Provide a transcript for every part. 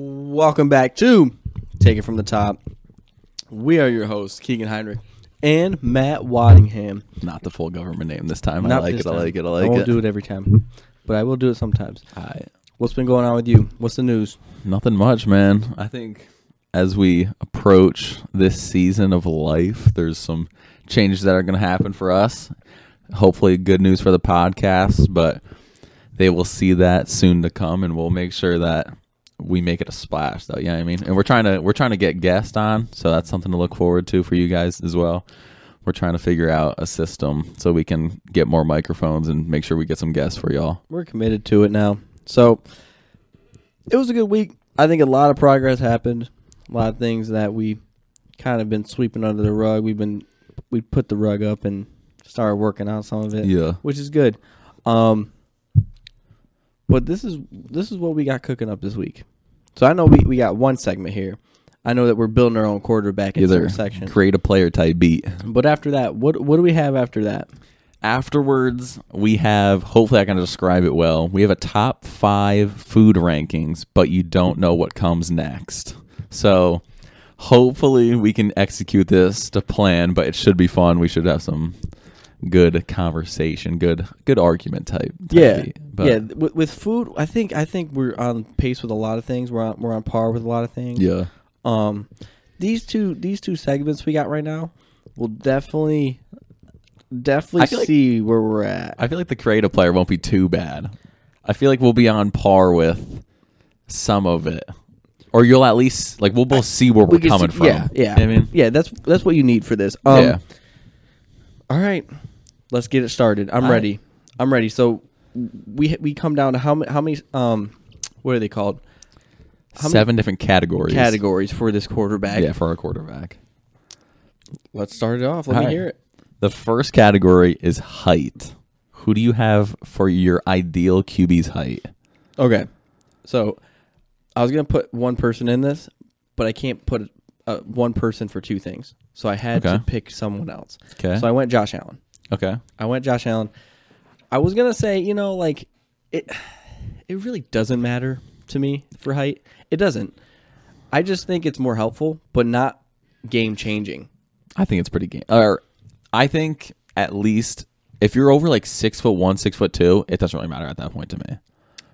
Welcome back to Take It From The Top. We are your hosts, Keegan Heinrich and Matt Waddingham. Not the full government name this time. I Not like it. this I time. like it. I like won't it. do it every time, but I will do it sometimes. I, What's been going on with you? What's the news? nothing much, man. I think as we approach this season of life, there's some changes that are going to happen for us. Hopefully, good news for the podcast, but they will see that soon to come, and we'll make sure that we make it a splash, though. Yeah, I mean, and we're trying to we're trying to get guests on, so that's something to look forward to for you guys as well. We're trying to figure out a system so we can get more microphones and make sure we get some guests for y'all. We're committed to it now. So it was a good week. I think a lot of progress happened. A lot of things that we kind of been sweeping under the rug. We've been we put the rug up and started working on some of it. Yeah. which is good. Um, but this is this is what we got cooking up this week. So I know we, we got one segment here. I know that we're building our own quarterback in either certain section. create a player type beat. But after that, what what do we have after that? Afterwards, we have hopefully I can describe it well. We have a top five food rankings, but you don't know what comes next. So hopefully we can execute this to plan, but it should be fun. We should have some good conversation, good good argument type. type Yeah, beat. But yeah. With, with food, I think I think we're on pace with a lot of things. We're on we're on par with a lot of things. yeah. Um, these two these two segments we got right now will definitely I definitely feel like- see where we're at. I feel like the creative player won't be too bad. I feel like we'll be on par with some of it, or you'll at least like we'll both see where we're can coming see- from. Yeah, yeah. You know what I mean, yeah. That's that's what you need for this. Um, yeah. All right, let's get it started. I'm All right. ready. I'm ready. So we we come down to how many how many um what are they called how many Seven different categories. categories for this quarterback? Yeah, for our quarterback. Let's start it off. Let All me right. hear it. The first category is height. Who do you have for your ideal QB's height? Okay, so I was gonna put one person in this, but I can't put uh, one person for two things. So I had to Okay. pick someone else. Okay. So I went Josh Allen. Okay. I went Josh Allen. I was gonna say, you know, like it it really doesn't matter to me for height. It doesn't. I just think it's more helpful, but not game changing. I think it's pretty game. Or I think at least if you're over like six foot one, six foot two, it doesn't really matter at that point to me.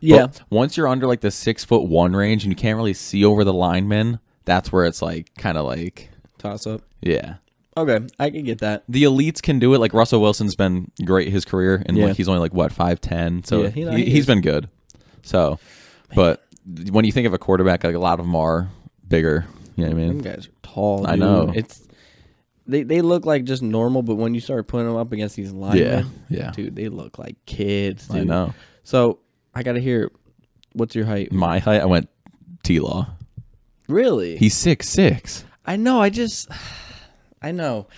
Yeah. But once you're under like the six foot one range and you can't really see over the linemen, that's where it's like kind of like Toss up. yeah. Okay, I can get that. The elites can do it. Like Russell Wilson's been great his career, and Yeah. like he's only like what five ten, so Yeah, he, he- has he is. been good. So, but when you think of a quarterback, like a lot of them are bigger. You know what I Them mean? guys are tall. I dude. know. It's they they look like just normal, but when you start putting them up against these Yeah, linemen, yeah. dude, they look like kids. Dude. I know. So I gotta hear, what's your height? My height, I went T Law. Really? He's six six. I know. I just, I know.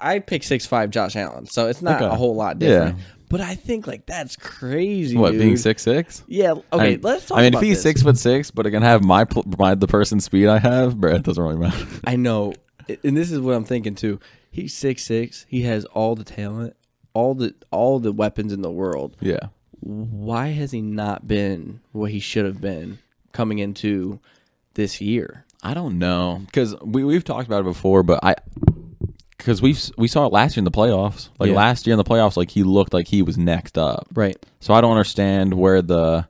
I pick six five Josh Allen, so it's not Okay. a whole lot Yeah. different. But I think like that's crazy. What dude. being six six? Yeah. Okay. let's talk. I mean, about if he's this. six foot six, but I can have my pl- my the person speed I have, bro, it doesn't really matter. I know, I- and this is what I'm thinking too. He's six six. He has all the talent, all the all the weapons in the world. yeah. Why has he not been what he should have been coming into this year? I don't know because we we've talked about it before, but I because we we saw it last year in the playoffs. Like Yeah. last year in the playoffs, like he looked like he was next up. Right. So I don't understand where the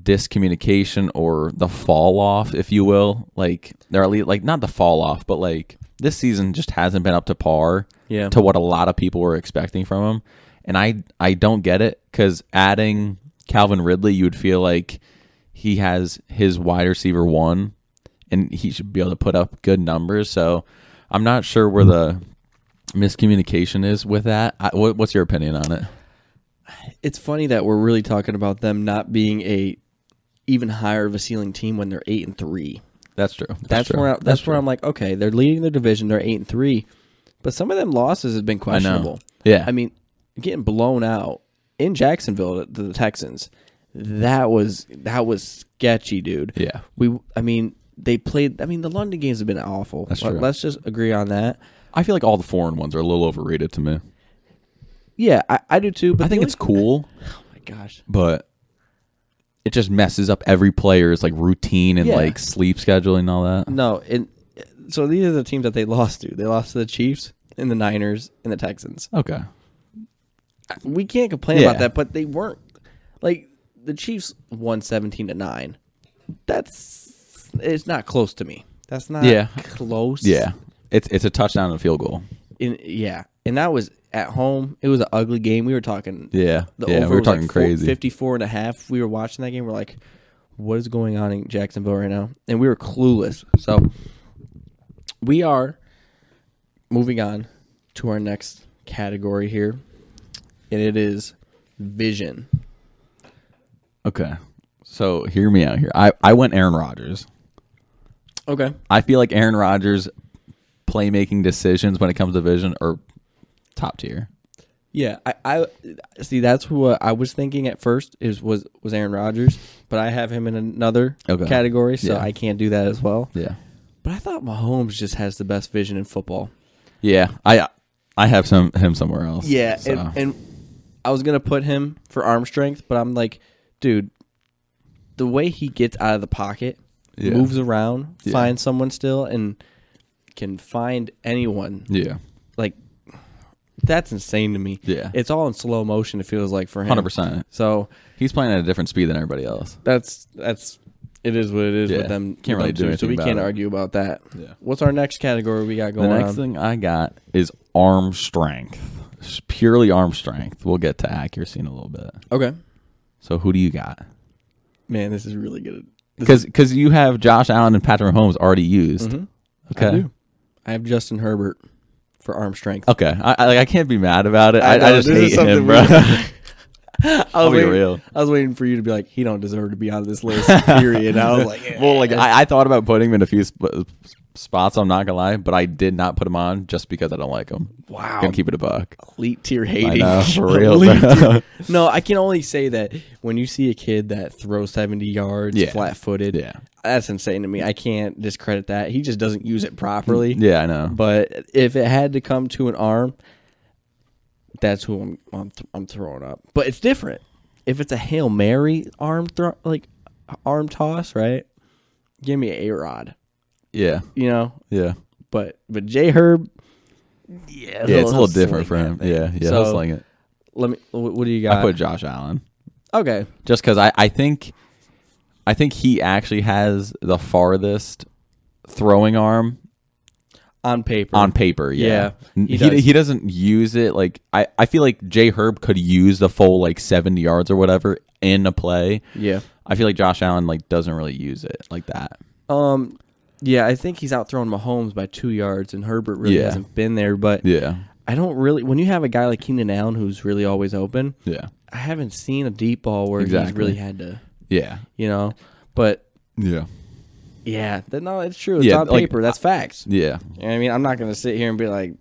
discommunication or the fall off, if you will, like there at least like not the fall off, but like this season just hasn't been up to par Yeah. to what a lot of people were expecting from him, and I I don't get it because adding Calvin Ridley, you would feel like he has his wide receiver one, and he should be able to put up good numbers. So I'm not sure where the miscommunication is with that. I, what, what's your opinion on it? it's funny that we're really talking about them not being a even higher of a ceiling team when they're eight and three. That's true. That's, true. where I, that's, where I'm like, okay, they're leading their division, they're eight and three, but some of them losses have been questionable. Yeah. I mean, getting blown out in Jacksonville to the Texans, that was that was sketchy, dude. Yeah. we, I mean, they played. I mean, the London games have been awful. That's Let- true. Let's just agree on that. I feel like all the foreign ones are a little overrated to me. Yeah, I, I do too. But I the think only- it's cool, oh my gosh, but it just messes up every player's like routine and Yeah. like sleep schedule and all that. No, and so these are the teams that they lost to. They lost to the Chiefs and the Niners and the Texans. Okay. We can't complain Yeah. about that, but they weren't like the Chiefs won seventeen to nine. That's it's not close to me. That's not Yeah. close. Yeah. It's it's a touchdown and a field goal. In, yeah. And that was at home. It was an ugly game. We were talking Yeah. the yeah, over we were was like talking four- crazy. 54 and a half. We were watching that game. We're like, what is going on in Jacksonville right now? And we were clueless. So we are moving on to our next category here. And it is vision. Okay. So hear me out here. I, I went Aaron Rodgers. Okay. I feel like Aaron Rodgers playmaking decisions when it comes to vision are top tier. Yeah, I, I see. That's what I was thinking at first. Is was was Aaron Rodgers, but I have him in another Okay. category, so Yeah. I can't do that as well. Yeah. But I thought Mahomes just has the best vision in football. Yeah. I I have some him somewhere else. Yeah, So. and, and I was gonna put him for arm strength, but I'm like, dude, the way he gets out of the pocket, Yeah. moves around, Yeah. finds someone still, and can find anyone yeah. like that's insane to me. Yeah. it's all in slow motion. It feels like for him, 100%. So He's playing at a different speed than everybody else. that's that's it is what it is Yeah, with them. can't really them do two, So anything we about can't it. argue about that. Yeah. What's our next category we got The going next on? thing I got is arm strength. It's Purely arm strength. We'll get to accuracy in a little bit. okay, So who do you got? man, this is really good. This- Because you have Josh Allen and Patrick Mahomes already used. Mhm. Okay. I do. I have Justin Herbert for arm strength. Okay, I, I, like, I can't be mad about it. I, I, know, just this is hate something him, bro. we- I I'll was be waiting, real. I was waiting for you to be like, he don't deserve to be on this list. Period. I was like, Well, like I, I thought about putting him in a few sp- spots. I'm not gonna lie, but I did not put him on just because I don't like him. wow, Gonna keep it a buck. elite tier I hating. know, for real. Elite tier- bro. No, I can only say that when you see a kid that throws seventy yards Yeah. flat footed, Yeah. that's insane to me. I can't discredit that. He just doesn't use it properly. Mm, yeah, I know. But if it had to come to an arm, that's who I'm I'm, th- I'm throwing up. But it's different. If it's a hail mary arm throw, like arm toss, right? Give me a rod, Yeah, you know. yeah, But but J Herb, yeah, yeah. It's a he'll little different for sling him. that thing. Yeah, yeah. So uh, he'll sling it. let me. wh- What do you got? I put Josh Allen okay. just because I, I think, I think he actually has the farthest throwing arm On paper. on paper. Yeah, Yeah, N- he he, does. he doesn't use it like I, I feel like Jay Herb could use the full like seventy yards or whatever in a play. Yeah. I feel like Josh Allen like doesn't really use it like that. Um. Yeah, I think he's outthrowing Mahomes by two yards, and Herbert really Yeah. hasn't been there. But Yeah, I don't really. When you have a guy like Keenan Allen who's really always open, yeah, I haven't seen a deep ball where he's Exactly. really had to, yeah, you know. But yeah, yeah, that, no, it's true. It's Yeah, on like- paper. That's facts. yeah, You know what I mean, I'm not going to sit here and be like,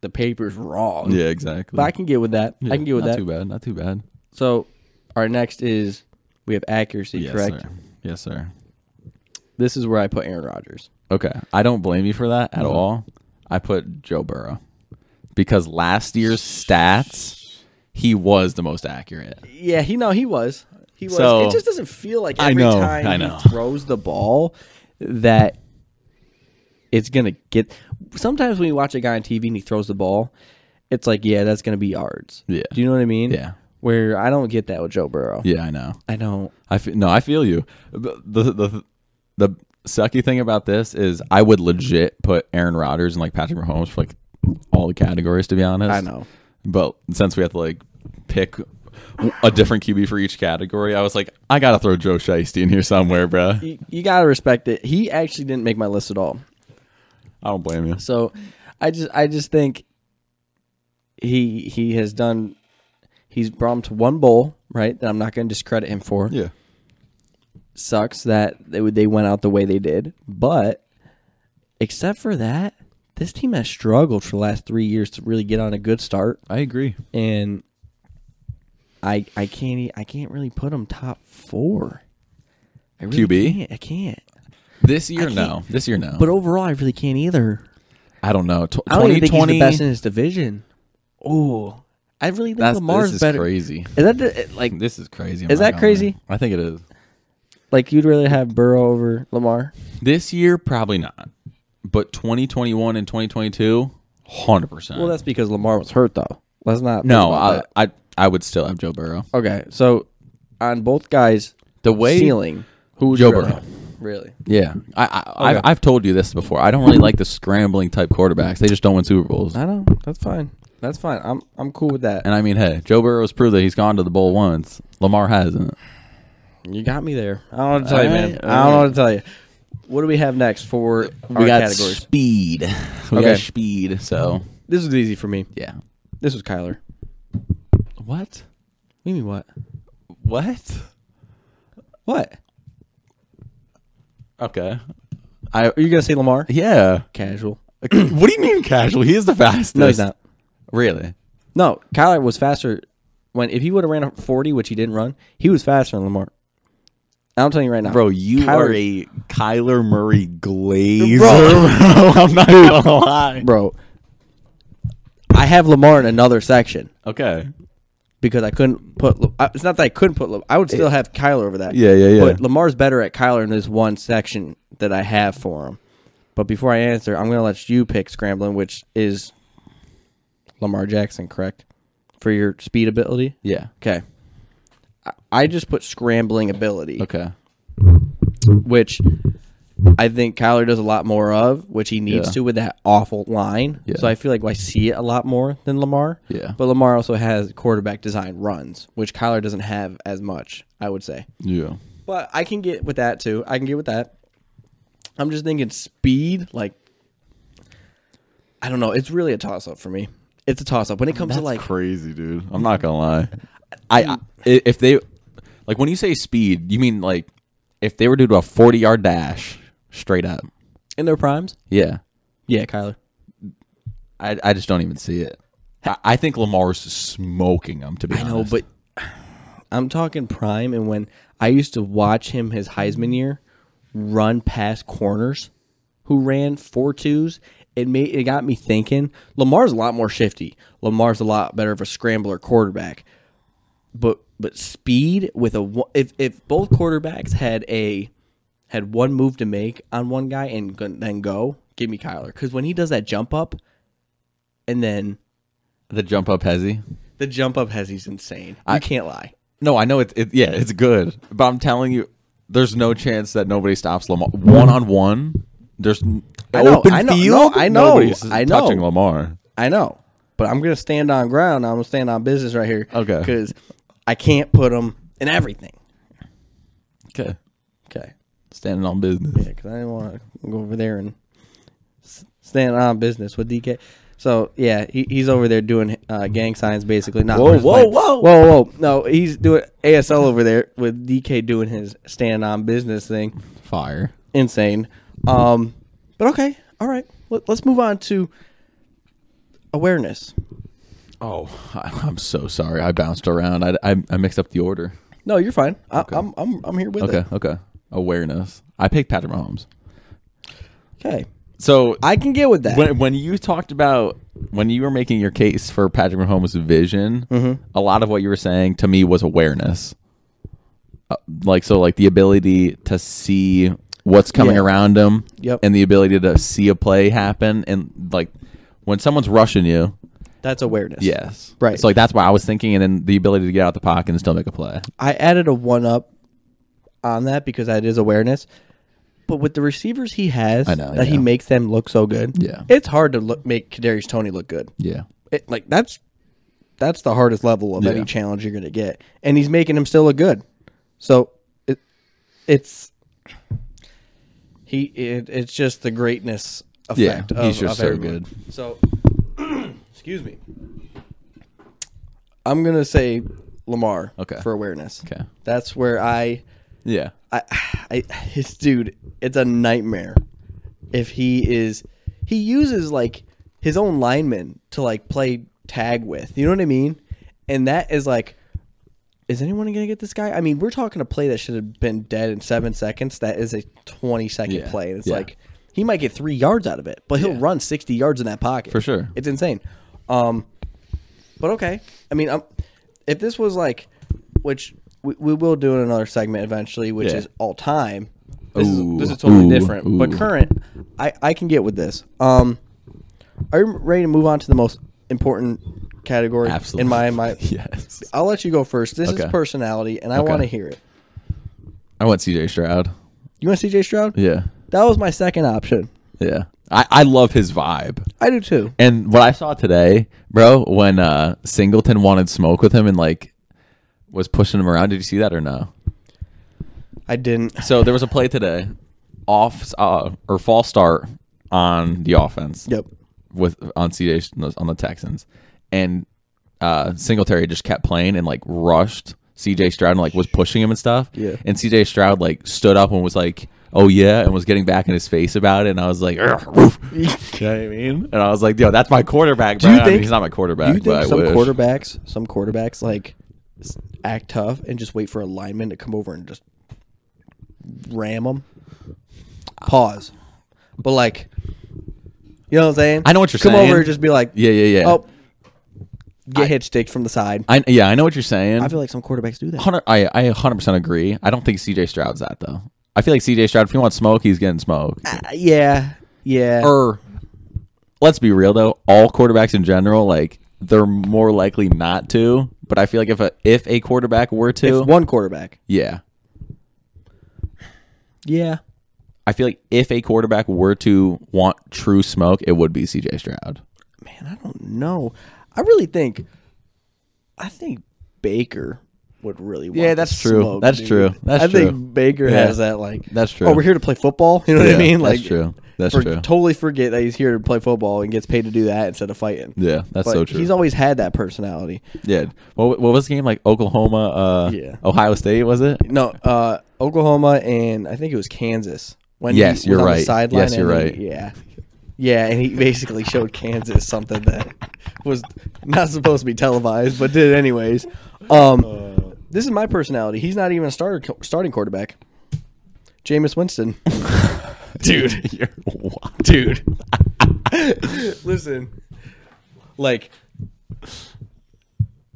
the paper's wrong. yeah. Exactly. But I can get with that. I can get with not that. Too bad. Not too bad. So our next is we have accuracy, Yes, correct? sir. Yes, sir. This is where I put Aaron Rodgers. Okay. I don't blame you for that at all. I put Joe Burrow because last year's stats, he was the most accurate. Yeah, he no, he was. He was. So- it just doesn't feel like I every know, time I know. he throws the ball that it's gonna get. Sometimes when you watch a guy on TV and he throws the ball, it's like, yeah, that's gonna be yards. Yeah. Do you know what I mean? Yeah. Where I don't get that with Joe Burrow. Yeah, I know. I don't. I feel, no, I feel you. The, the the the sucky thing about this is I would legit put Aaron Rodgers and like Patrick Mahomes for like all the categories to be honest. I know. But since we have to like pick a different QB for each category, I was like, I gotta throw Joe Shiesty in here somewhere, bro. You, you gotta respect it. He actually didn't make my list at all. I don't blame you. So I just I just think he he has done. He's brought him to one bowl, right? That I'm not going to discredit him for. Yeah. sucks that they would- they went out the way they did. But except for that, this team has struggled for the last three years to really get on a good start, I agree. and I I can't e- I can't really put them top four. I really QB? can't, I can't. This year, can't- no. This year, no. But overall, I really can't either. I don't know. Tw- I don't even think he's 2020. the best in his division. Oh, I really think That's Lamar's this is better. crazy. Is that the, like This is crazy. I'm Is not that gonna crazy? lie. I think it is. like you'd rather have Burrow over Lamar? This year, probably not. But 2021 and 2022, 100%. Well, that's because Lamar was hurt though. Let's not. think no, about I, I I would still have Joe Burrow. that. okay. So on both guys, The way ceiling. Who's Joe your- Burrow. Really? Yeah, I, I Okay. I've, I've told you this before. I don't really like the scrambling type quarterbacks. They just don't win Super Bowls. I know. That's fine. That's fine. I'm I'm cool with that. And I mean, hey, Joe Burrow's proved that he's gone to the bowl once. Lamar hasn't. You got me there. I don't know what to tell you, man. Alright, I don't know what to tell you. What do we have next for our categories? speed. We Okay. got speed. So This was easy for me. yeah. This was Kyler. What? You mean what? What? What? Okay. I Are you gonna say Lamar? yeah. Casual. what do you mean casual? He is the fastest. No, he's not. Really? No, Kyler was faster when if he would have ran a forty, which he didn't run, he was faster than Lamar. I'm telling you right now, Bro, you Kyler- are a Kyler Murray glazer. Bro. I'm not gonna lie. Bro, I have Lamar in another section Okay. because I couldn't put. La- I- It's not that I couldn't put. La- I would still have Kyler over that. Yeah, yeah, yeah. But Lamar's better at Kyler in this one section that I have for him. But before I answer, I'm gonna let you pick scrambling, which is Lamar Jackson, correct? For your speed ability. Yeah. Okay. I- I just put scrambling ability. Okay. which I think Kyler does a lot more of, which he needs Yeah. to with that awful line. Yeah. So I feel like I see it a lot more than Lamar. Yeah. But Lamar also has quarterback design runs, which Kyler doesn't have as much, I would say. Yeah. But I can get with that too. I can get with that. I'm just thinking speed, like I don't know. It's really a toss up for me. It's a toss up when it comes to like crazy, dude. I'm not gonna lie. I, I if they like when you say speed, you mean like if they were to do a 40 yard dash straight up. in their primes. Yeah, Yeah, Kyler. I I just don't even see it. I, I think Lamar's smoking them. To be I honest, know, Oh, but I'm talking prime, and when I used to watch him his Heisman year run past corners who ran four twos, it made it got me thinking. Lamar's a lot more shifty. Lamar's a lot better of a scrambler quarterback, but but speed with a one- if if both quarterbacks had a had one move to make on one guy and gon- then go give me Kyler because when he does that jump up and then the jump up has he? the jump up has he's insane. You can't lie. No, I know it's it, yeah, it's good, but I'm telling you, there's no chance that nobody stops Lamar one on one. There's n- I know, open I know, field. no, I know, Nobody's I know. touching Lamar. I know, but I'm gonna stand on ground. I'm gonna stand on business right here. Okay. Because I can't put them in everything. Okay, Okay. standing on business. Yeah, because I didn't want to go over there and s- stand on business with DK. So yeah, he, he's over there doing uh, gang signs basically. Not Whoa, for his whoa, plan. whoa. whoa, whoa! No, he's doing ASL over there with DK doing his stand on business thing. Fire. insane. Um, but okay, all right. Let, let's move on to awareness. Oh, I, I'm so sorry. I bounced around. I, I, I mixed up the order. No, you're fine. I, I'm, I'm I'm here with Okay, it. okay. Awareness. I picked Patrick Mahomes. Okay, So I can get with that. when when you talked about when you were making your case for Patrick Mahomes' vision, Mm-hmm. a lot of what you were saying to me was awareness. Uh, like so, like the ability to see what's coming Yeah. around him, Yep. and the ability to see a play happen, and like when someone's rushing you, That's awareness. yes, Right. So like that's what I was thinking, and then the ability to get out the pocket and still make a play. I added a one up on that because that is awareness. But with the receivers he has, I know, that he yeah. makes them look so good. Yeah. it's hard to look, make Kadarius Tony look good. Yeah, It, like that's that's the hardest level of Yeah. any challenge you're gonna get, and he's making him still look good. So it, it's he it, it's just the greatness Yeah, effect. he's of, just of so everyone. good. So excuse me, I'm gonna say Lamar. Okay. for awareness. Okay. that's where I yeah. I, I, his dude, it's a nightmare. If he is, he uses like his own linemen to like play tag with. You know what I mean? And that is like, is anyone gonna get this guy? I mean, we're talking a play that should have been dead in seven seconds. That is a twenty second Yeah, play, and it's yeah. like he might get three yards out of it, but he'll run sixty yards in that pocket For sure. It's insane. Um, But okay. I mean, i if this was like, which we, we will do in another segment eventually, which Yeah. is all time. This, Ooh, is, this is totally ooh, different. But ooh. current, I, I can get with this. Um, are you ready to move on to the most important category? Absolutely. In my, my yes. I'll let you go first. This Okay. is personality, and I Okay. want to hear it. I want CJ Stroud. You want CJ Stroud? Yeah. That was my second option. Yeah. I, I love his vibe. I do too. And what I saw today, bro, when uh Singleton wanted smoke with him and like was pushing him around, did you see that or no? I didn't. So there was a play today, off uh, or false start on the offense Yep. with on CJ on the Texans, and uh Singletary just kept playing and like rushed CJ Stroud and like was pushing him and stuff. Yeah. And CJ Stroud like stood up and was like, "Oh yeah," and was getting back in his face about it. And I was like, "Ugh, woof." you You know what I mean? And I was like, yo, that's my quarterback, Do bro. you I mean, think- he's not my quarterback, think but I some wish. quarterbacks, some quarterbacks like s- act tough and just wait for a lineman to come over and just ram them? Pause. But like, you know what I'm saying? I know what you're come saying. over and just be like, yeah, yeah, yeah. oh, get hit sticked from the side. I, yeah, I know what you're saying. I feel like some quarterbacks do that. 100 I, I 100% agree. I don't think CJ Stroud's that, though. I feel like CJ Stroud, if he wants smoke, he's getting smoke. Uh, yeah, yeah. Or, let's be real, though, all quarterbacks in general, like, they're more likely not to. But I feel like if a, if a quarterback were to, If one quarterback. yeah. Yeah. I feel like if a quarterback were to want true smoke, it would be CJ Stroud. Man, I don't know. I really think, I think Baker would really. Want Yeah, to that's true. smoke, That's dude. true. That's I true. think Baker Yeah. has that like. That's true. Oh, we're here to play football. You know what Yeah, I mean? Like, that's true. That's for- true. Totally forget that he's here to play football and gets paid to do that instead of fighting. Yeah, that's But so true. He's always had that personality. Yeah. What, what was the game like? Oklahoma, uh, Yeah. Ohio State, was it? No, uh, Oklahoma and I think it was Kansas. When Yes, was you're on the right. sideline Yes, you're and right. He, yeah, yeah, and he basically showed Kansas something that was not supposed to be televised, but did anyways. Um, this is my personality. He's not even a starter, starting quarterback. Jameis Winston, dude, You're what? dude. Listen, like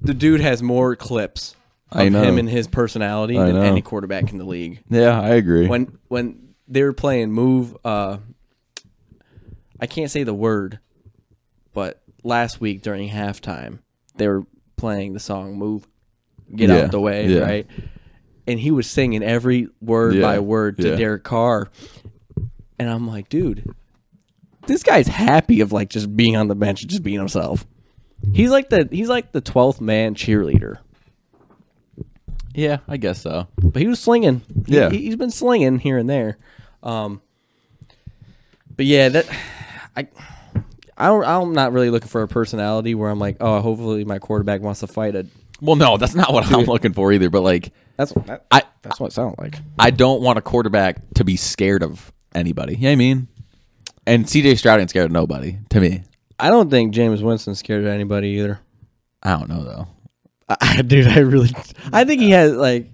the dude has more clips of I know. him and his personality I than know. any quarterback in the league Yeah, I agree. when when they were playing move uh I can't say the word but last week during halftime they were playing the song move get Yeah, out the way yeah. right and he was singing every word Yeah, by word to yeah. Derek Carr and I'm like dude this guy's happy of like just being on the bench and just being himself he's like the he's like the 12th man cheerleader yeah, I guess so. but he was slinging. He- Yeah. he, has been slinging here and there. Um, but yeah, that I. I don't, I'm not really looking for a personality where I'm like, oh, hopefully my quarterback wants to fight a. Well, no, that's not what I'm looking for either. But like, That's that, I that's what it sounds like. I don't want a quarterback to be scared of anybody. You know what I mean? And CJ Stroud ain't scared of nobody. To me, I don't think James Winston's scared of anybody either. I don't know though. I, dude, I really, I think he has like,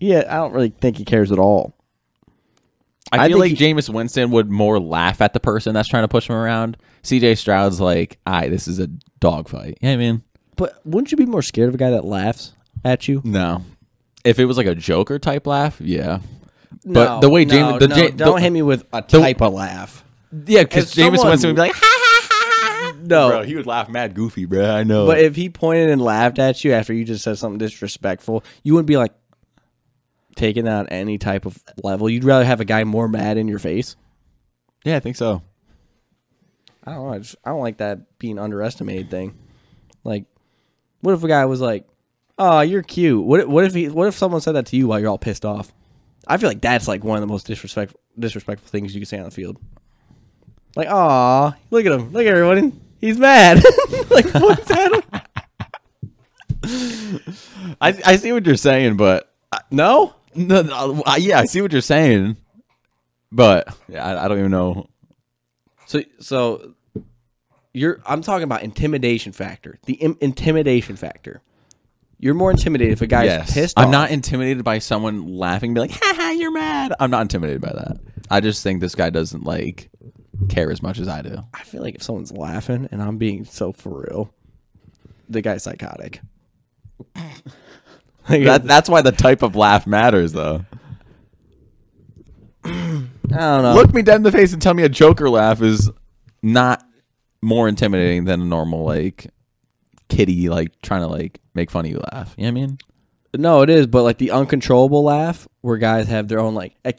yeah, I don't really think he cares at all. I, I feel like think Jameis Winston would more laugh at the person that's trying to push him around. CJ Stroud's like, "I this is a dogfight." You know what I mean? But wouldn't you be more scared of a guy that laughs at you? No. If it was like a Joker type laugh, yeah. But the way James, the, Ja- the- don't hit me with a type of laugh. yeah, because if James someone- Winston would be like, ha ha ha ha. No. bro, he would laugh mad goofy, bro. I know. But if he pointed and laughed at you after you just said something disrespectful, you wouldn't be like taking that on any type of level. You'd rather have a guy more mad in your face. yeah, I think so. I don't know. I, just, I don't like that being underestimated thing. Like, what if a guy was like, "Oh, you're cute." What if- what if he what if someone said that to you while you're all pissed off? I feel like that's like one of the most disrespectful disrespectful things you can say on the field. Like, "Aw, look at him. Look at everybody. He's mad." like, what's that? I I see what you're saying, but No? no, no, I- yeah, I see what you're saying, but yeah, I, I don't even know. So so you're I'm talking about intimidation factor. The Im- intimidation factor. You're more intimidated if a guy's Yes, pissed I'm off. not intimidated by someone laughing, be like, ha ha, you're mad. I'm not intimidated by that. I just think this guy doesn't like care as much as I do. I feel like if someone's laughing and I'm being so for real. the guy's psychotic. That, that's why the type of laugh matters, though. I don't know. Look me dead in the face and tell me a Joker laugh is not more intimidating than a normal like kitty like trying to like make fun of you laugh. You know what I mean? No, it is, but like the uncontrollable laugh where guys have their own like eh,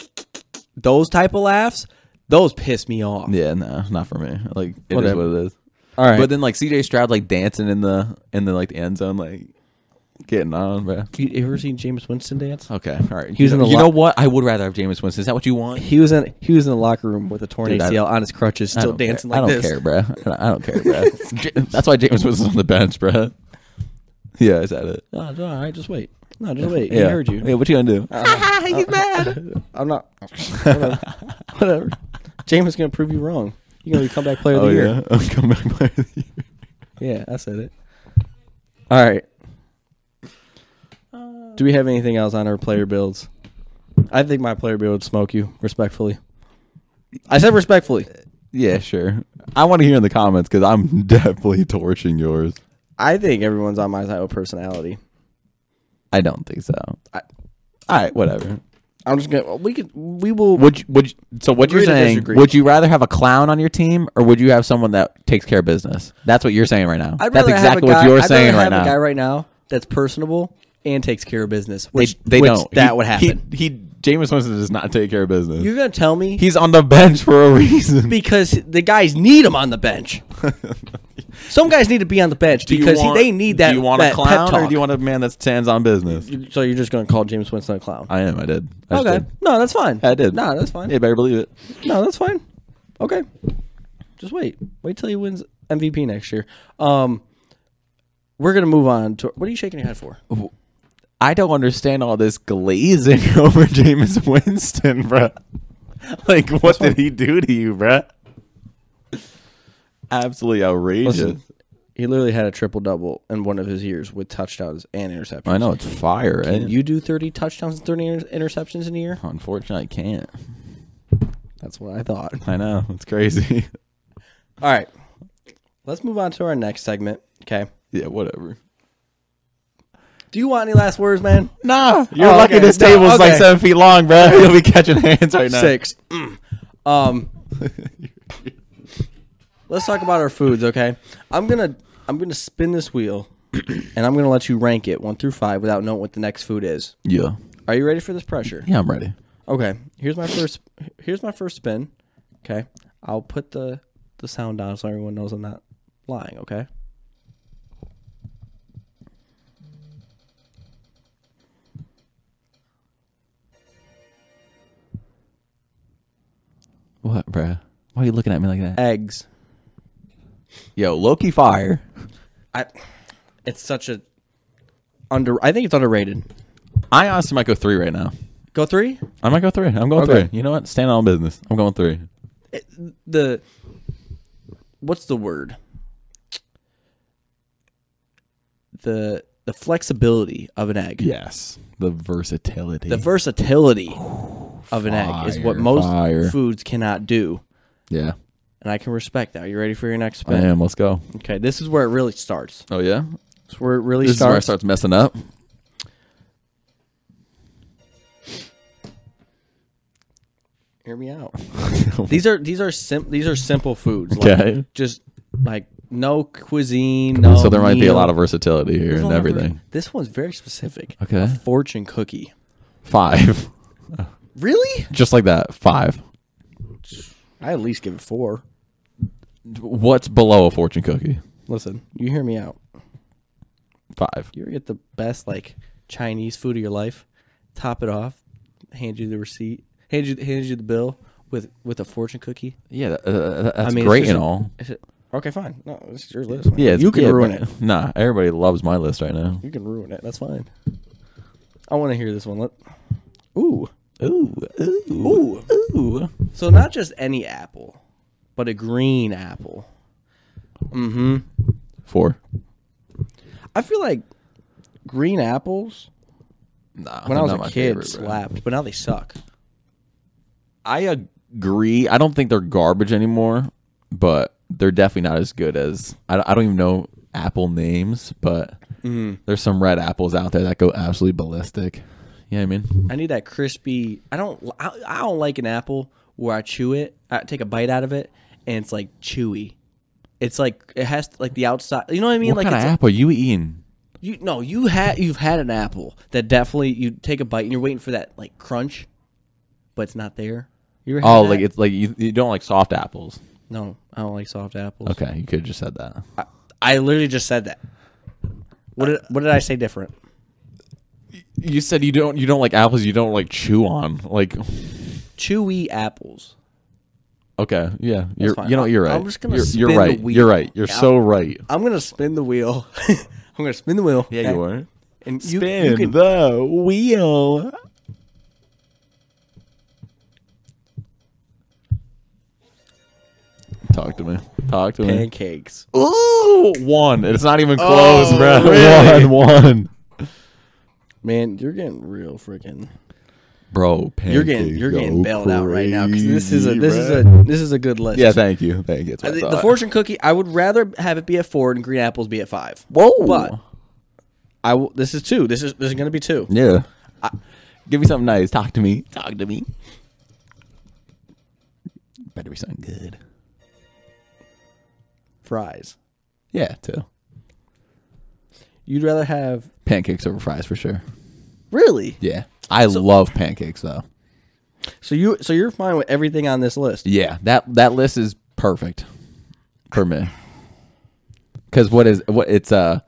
those type of laughs, those piss me off. Yeah, no, not for me. Like it is Whatever. what it is. All right. But then like CJ Stroud like dancing in the in the like the end zone like getting on, bro. you ever seen James Winston dance? Okay, all right. He was you in know, the you lo- know what? I would rather have Jameis Winston. Is that what you want? He was in he was in the locker room with a torn Dude, I- ACL on his crutches, I still don't care. dancing like I don't this. care, bro. I don't care, bro. J- That's why James was on the bench, bro. Yeah, is that it? Oh, it's all right, just wait. No, just wait. yeah. He heard you. Yeah, what you gonna do? He's mad. I'm not. Whatever. whatever. James is gonna prove you wrong. You're gonna be comeback player of the oh year. yeah, I'm coming back player of the year. Yeah, I said it. All right. Do we have anything else on our player builds? I think my player build would smoke you, respectfully. I said respectfully. Yeah, sure. I want to hear in the comments because I'm definitely torching yours. I think everyone's on my side with personality. I don't think so. I, all right, whatever. I'm just gonna. We could. We will. Would you, would you, so? What you're Agree to saying? disagree. Would you rather have a clown on your team, or would you have someone that takes care of business? That's what you're saying right now. I'd That's rather exactly have a guy, what you're I'd saying rather right have a guy now. right now that's personable and takes care of business. They, Which they which don't. That He- would happen. He, he Jameis Winston does not take care of business. You're gonna tell me He's on the bench for a reason. because the guys need him on the bench. Some guys need to be on the bench because he- they need that. Do you want that a pep clown or talk. do you want a man that stands on business? So you're just gonna call James Winston a clown? I am. I did. I just okay. did. No, that's fine. I did. No, that's fine. You better believe it. No, that's fine. Okay. Just wait. Wait till he wins MVP next year. Um, we're gonna move on to. What are you shaking your head for? I don't understand all this glazing over Jameis Winston, bruh. Like, what did he do to you, bruh? Absolutely outrageous. Listen, he literally had a triple double in one of his years with touchdowns and interceptions. I know it's fire, right? You do 30 touchdowns and 30 inter- interceptions in a year? Unfortunately, I can't. That's what I thought. I know it's crazy. All right. Let's move on to our next segment. Okay. yeah, whatever. Do you want any last words, man? Nah, you're Oh, lucky okay. this No, table's like okay. seven feet long, bruh. You'll be catching hands right now. Six. Mm. Um, let's talk about our foods, okay? I'm gonna I'm gonna spin this wheel, and I'm gonna let you rank it one through five without knowing what the next food is. Yeah, Are you ready for this pressure? yeah, I'm ready. Okay. Here's my first. Here's my first spin. Okay. I'll put the the sound down so everyone knows I'm not lying. Okay. What, bruh? Why are you looking at me like that? Eggs. Yo, Loki fire. I. It's such a under. I think it's underrated. I honestly might go three right now. Go three. I might go three. I'm going Okay. three. You know what? Stand on business. I'm going three. It, the. What's the word? The the flexibility of an egg. Yes. The versatility. The versatility of an egg is what Fire, most fire. foods cannot do. yeah. And I can respect that. Are you ready for your next I spin? am. Let's go. Okay, this is where it really starts. Oh yeah. This is where it really This is where it starts. starts messing up. Hear me out. these are these are sim- these are simple foods. Like, Okay. Just like no cuisine. No so there might be a meal. lot of versatility here This and one- everything. This one's very specific. Okay. A fortune cookie. Five. Really? Just like that. Five. I at least give it four. What's below a fortune cookie? Listen, you hear me out. Five. You ever get the best like Chinese food of your life? Top it off. Hand you the receipt. Hand you hand you the bill with with a fortune cookie. Yeah, that, uh, that's I mean, it's great just and a- all. Is it- okay, fine. No, this is your list. Yeah, it's- you can yeah, ruin but- it. Nah, everybody loves my list right now. You can ruin it. That's fine. I want to hear this one. Let. Ooh. Ooh, ooh, ooh. So not just any apple, but a green apple. Mm-hmm. Four. I feel like green apples Nah, when I was not a my kid favorite, bro. slapped, but now they suck. I agree. I don't think they're garbage anymore, but they're definitely not as good as I, I don't even know apple names, but Mm. there's some red apples out there that go absolutely ballistic. Yeah, I mean, I need that crispy. I don't. I, I don't like an apple where I chew it. I take a bite out of it, and it's like chewy. It's like it has to, like the outside. You know what I mean? what like kind of it's apple you eating? you no. You had you've had an apple that definitely you take a bite and you're waiting for that like crunch, but it's not there. You ever had Oh, that? like it's like you, you don't like soft apples. no. I don't like soft apples. Okay, you could have just said that. I, I literally just said that. What did what did I say different? You said you don't you don't like apples you don't like chew on. Like Chewy apples. okay, yeah. You're fine. you know you're right. I'm just gonna you're, spin you're the right. wheel. You're right. You're Yeah. so right. I'm gonna spin the wheel. I'm gonna spin the wheel. Yeah, you are. And you, Spin you can the wheel. Talk to me. Talk to me. pancakes. Ooh, one. It's not even close, Oh, bro. really? One, one. Man, you're getting real freaking. Bro, You're getting you're getting bailed out right now because this is a this is a this is a good list. yeah. Thank you, thank you. That's what I the, the thought. fortune cookie. I would rather have it be at four and green apples be at five. Whoa. But I will, this is two. This is this is gonna be two. yeah. Give me something nice. Talk to me. Talk to me. Better be something good. Fries. Yeah, too. You'd rather have Pancakes over fries for sure. really. Yeah. I love pancakes though. So you so you're fine with everything on this list. Yeah, that that list is perfect for me. Cuz what is what it's uh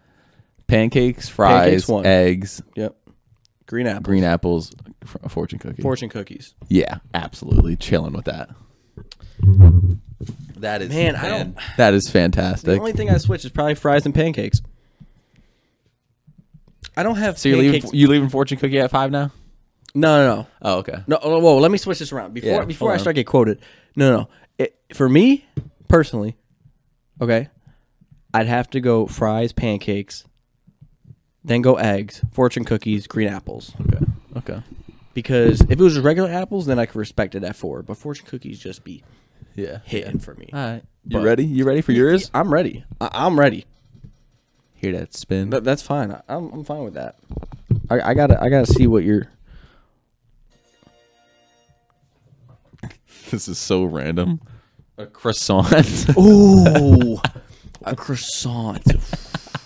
pancakes, fries, Pancakes, one. eggs, Yep. Green apple. green apples, f- a fortune cookie. Fortune cookies. yeah, absolutely chilling with that. That is Man, I don't- That is The fantastic. only thing I switch is probably fries and pancakes. I don't have So you're leaving pancakes. you leaving fortune cookie at 5 now? no, no, no. Oh, okay. No, oh, whoa. Let me switch this around before Yeah, before hold I on. start get quoted. No, no. no. It, for me personally, okay, I'd have to go fries, pancakes, then go eggs, fortune cookies, green apples. Okay. Okay. Because if it was just regular apples, then I could respect it at four. But fortune cookies just be Yeah. hitting for me. All right. You But- ready? You ready for Uh, yours? I'm ready. I, I'm ready. Hear that spin. That, that's fine. I, I'm I'm fine with that. I, I gotta I gotta see what you're. This is so random. A croissant. Ooh, a croissant.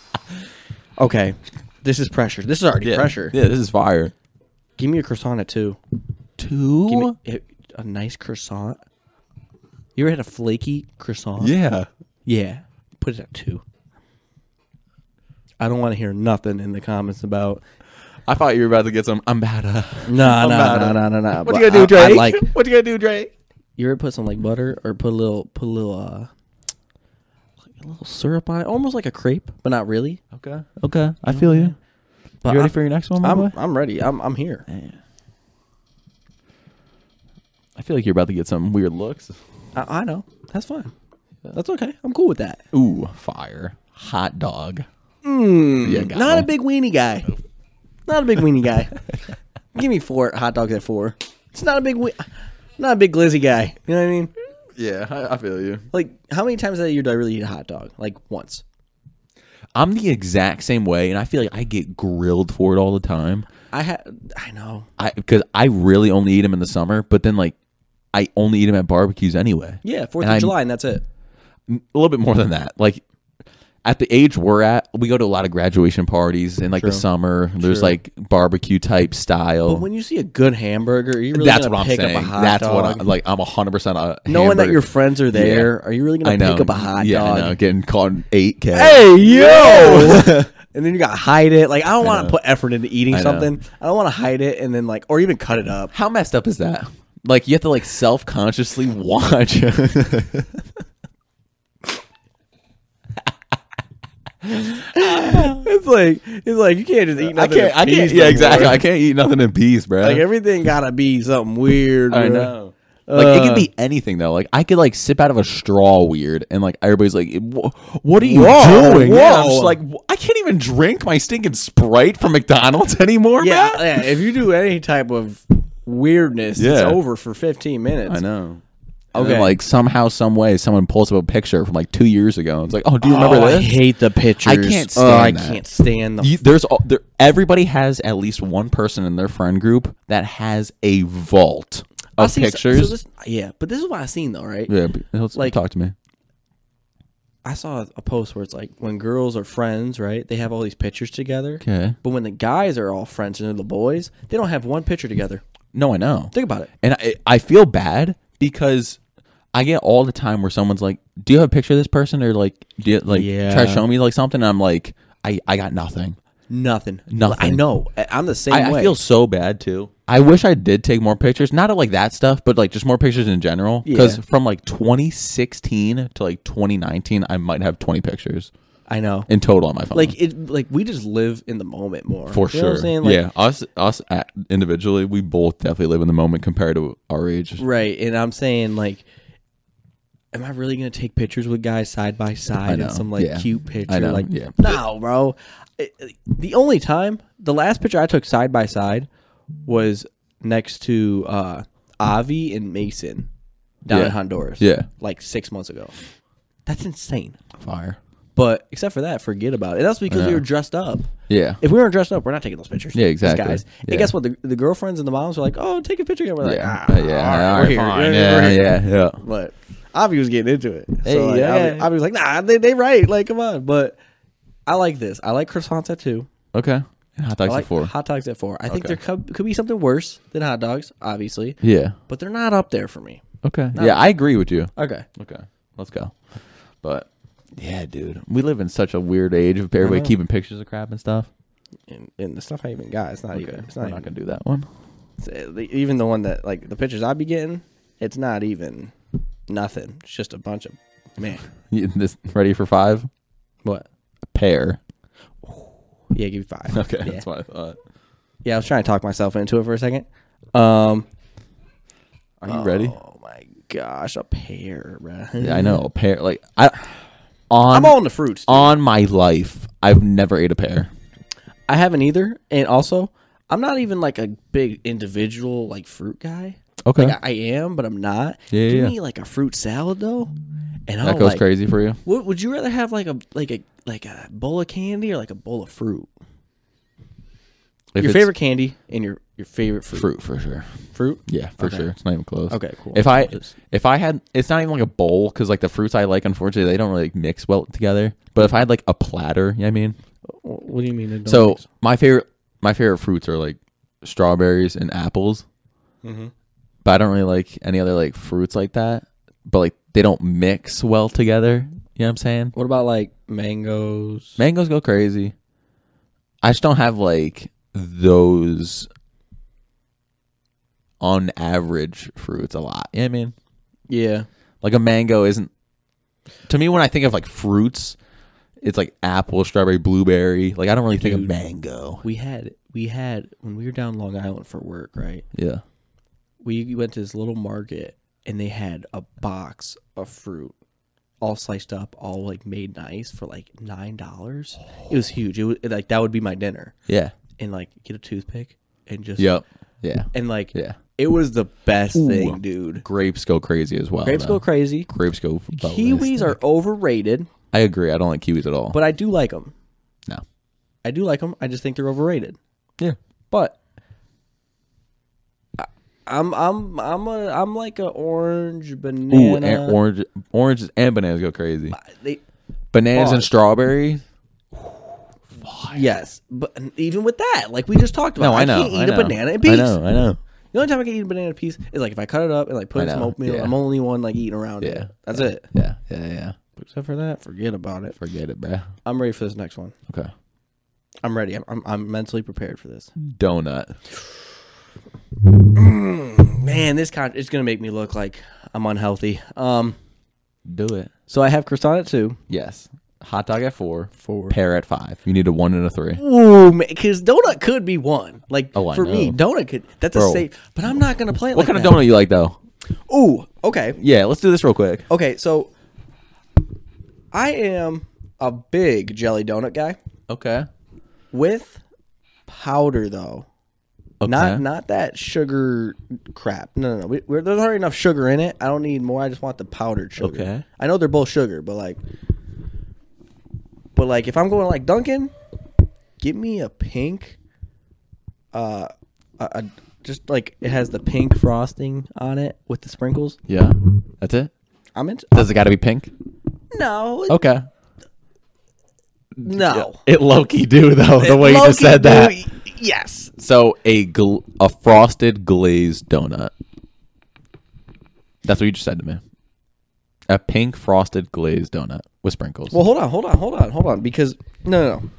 okay, this is pressure. This is already yeah. pressure. Yeah, this is fire. Give me a croissant at two. Two? Give me a, a nice croissant. You ever had a flaky croissant? yeah. Yeah. Put it at two. I don't want to hear nothing in the comments about I thought you were about to get some. I'm bad. uh, no, I'm no, bad, no, no, uh. no, no. What but you gonna do, I- I Drake? like what you gonna do, Drake? You ever put some like butter or put a little put a little uh like a little syrup on it, almost like a crepe, but not really. Okay. Okay. I Mm-hmm. feel you. But you I'm, ready for your next one, my I'm, Oh, boy? I'm ready. I'm I'm here. I feel like you're about to get some weird looks. I, I know. That's fine. That's okay. I'm cool with that. Ooh, fire. Hot dog. Yeah, got Hmm. Not a him. big weenie guy. Not a big weenie guy. Give me four hot dogs at four. It's not a big we- not a big glizzy guy. You know what I mean? Yeah, I, I feel you. Like how many times a year do I really eat a hot dog? Like once. I'm the exact same way, and I feel like I get grilled for it all the time. I had I know. I because I really only eat them in the summer, but then like I only eat them at barbecues anyway. Yeah, Fourth And of I'm- July and that's it. a little bit more than that. Like at the age we're at, we go to a lot of graduation parties in like the summer. There's like barbecue type style. But when you see a good hamburger, are you really That's gonna what I'm pick saying. up a hot That's dog? what I'm like. I'm 100 percent Knowing that your friends are there, are you really I gonna know. pick up a hot yeah, dog? I know. Getting caught eight k. Hey yo! and then you gotta hide it. Like I don't want to put effort into eating know. something. I don't want to hide it and then like, or even cut it up. How messed up is that? Like you have to like self consciously watch. It's like it's like you can't just eat I nothing. can't. I in can't. peace Yeah, no exactly. more. I can't eat nothing in peace, bro. Like everything gotta be something weird. I bro. know. Like it could Uh, be anything though. Like I could like sip out of a straw weird, and like everybody's like, "Wh- "What are you Whoa, doing?" Yeah, I'm whoa. just like, "Wh- "I can't even drink my stinking Sprite from McDonald's anymore." Yeah, man." yeah. If you do any type of weirdness, it's Yeah. over for 15 minutes. know. And then, Okay. like somehow, some way, someone pulls up a picture from like two years ago. And it's like, oh, do you remember Oh, I this? hate the pictures. can't oh, I stand that. can't stand them. You, there's al- there, everybody has at least one person in their friend group that has a vault I of see- so- pictures. so this- yeah, but this is what I seen though, right? yeah, b- let's- like- talk to me. I saw a post where it's like when girls are friends, right? They have all these pictures together. Okay. But when the guys are all friends and they're the boys, they don't have one picture together. No, I know. Think about it. And I, I feel bad because I get all the time where someone's like, "Do you have a picture of this person?" Or like, "Do you, like try to Yeah. show me like something?" And I'm like, "I I got nothing." Nothing. Nothing. I know. I- I'm the same I, way. I feel so bad too. I wish I did take more pictures, not of like that stuff, but like just more pictures in general. Because Yeah. from like 2016 to like 2019, I might have 20 pictures I know. in total on my phone. Like it. Like we just live in the moment more. for You sure, know what I'm saying? Like, yeah. Us us uh, individually, we both definitely live in the moment compared to our age. Right. And I'm saying like. Am I really gonna take pictures with guys side by side know, in some like yeah. cute picture? I know, Like, yeah. no, bro. It- it- the only time, the last picture I took side by side was next to uh, Avi and Mason down Yeah. in Honduras. Yeah, like six months ago. That's insane. fire. But except for that, forget about it. And that's because we Yeah. were dressed up. Yeah, If we weren't dressed up, we're not taking those pictures. Yeah, These exactly. Guys. Yeah. And guess what? The, the girlfriends and the moms were like, "Oh, take a picture." And we're like, yeah, "Ah, Uh, yeah, all right, all we're right, here. fine, We're yeah, here." yeah, yeah. But Avi was getting into it. So Hey, like, yeah. Avi, Avi was like, "Nah, they they right. Like, come on." But I like this. I like croissants at two. Okay, hot I dogs like at four. hot dogs at four. I think Okay. there could, could be something worse than hot dogs, obviously, Yeah. but they're not up there for me. Okay. Yeah, I agree with you. Okay. Okay, let's go. But yeah, dude, we live in such a weird age of everybody Uh-huh. keeping pictures of crap and stuff. And, and the stuff I even got, it's not Okay, even. It's we're not not even gonna do that one. It's, uh, the- even the one that like the pictures I be getting, it's not even nothing. It's just a bunch of man. You- this ready for five? What? A pair. Yeah, give me five. Okay, Yeah. that's what I thought. yeah, I was trying to talk myself into it for a second. Um, Are you ready? Oh my gosh, a pair, bruh. Yeah, Um, I know a pair. Like I on I'm all in the fruits. dude. on my life, I've never ate a pear. I haven't either, and also I'm not even like a big individual like fruit guy. Okay, Like, I, I am, but I'm not. Yeah, Give yeah. me like a fruit salad though, and that I'll goes like. crazy for you. Would, would you rather have like a like a like a bowl of candy or like a bowl of fruit? If your it's favorite candy and your your favorite fruit. fruit for sure. Fruit? Yeah, for Okay. sure. It's not even close. Okay, cool. If I Just- if I had, it's not even like a bowl because like the fruits I like, unfortunately, they don't really like, mix well together. But if I had like a platter, you know what I mean. What do you mean? it don't So mix? my favorite my favorite fruits are like strawberries and apples, Mhm. but I don't really like any other like fruits like that. But like they don't mix well together. You know what I'm saying? what about like mangoes? Mangoes go crazy. I just don't have like those on average fruits a lot. You know what I mean? yeah. Like a mango isn't to me when I think of like fruits, it's like apple, strawberry, blueberry. Like I don't really think of Dude. mango. We had we had when we were down Long Island for work, right? Yeah. We went to this little market and they had a box of fruit all sliced up, all like made nice for like $9. It was huge. It was like that would be my dinner. Yeah. And like get a toothpick and just Yep. Yeah. and like Yeah. it was the best Ooh. thing, dude. Grapes go crazy as well. Grapes though. go crazy. Grapes go. Kiwis are overrated, I agree. I don't like kiwis at all. but I do like them. no. I do like them. I just think they're overrated. Yeah. But I, I'm I'm I'm a I'm like a orange Ooh, banana. and orange, oranges and bananas go crazy. They- Bananas and fuck. strawberries. yes, but even with that, like we just talked about, No, I know. can't eat I a know. banana in peace. I know. I know. The only time I can eat a banana piece is like if I cut it up and like put I in some know, oatmeal. yeah. I'm only one like eating around it. Yeah, That's yeah. it. Yeah. Yeah. Yeah. Except for that, forget about it. Forget it, bruh. I'm ready for this next one. Okay. I'm ready. I'm I'm, I'm mentally prepared for this. Mm-hmm. Donut. Man, this con- it's gonna make me look like I'm unhealthy. Um, Do it. so I have croissant at two. Yes. Hot dog at four. Four. Pear at five. You need a one and a three. Ooh, because donut could be one. Like Oh, I for me, donut could. That's Bro. a safe. But I'm not gonna play it. What like kind that. of donut you like though? Ooh, okay, Yeah. Let's do this real quick. okay. So I am a big jelly donut guy Okay. with powder though. Not Okay. not that sugar crap. No, no, no. We, we're, there's already enough sugar in it. I don't need more. I just want the powdered sugar. Okay. I know they're both sugar, but like, but like, if I'm going like Dunkin', give me a pink. Uh, a, a, just like it has the pink frosting on it with the sprinkles. Yeah. That's it. I'm into. Does it got to be pink? No, Okay. no. It low key do though the way you just Loki, said that. dude, Yes. So a gl- a frosted glazed donut. That's what you just said to me. A pink frosted glazed donut with sprinkles. Well, hold on, hold on, hold on, hold on, because no, no, no.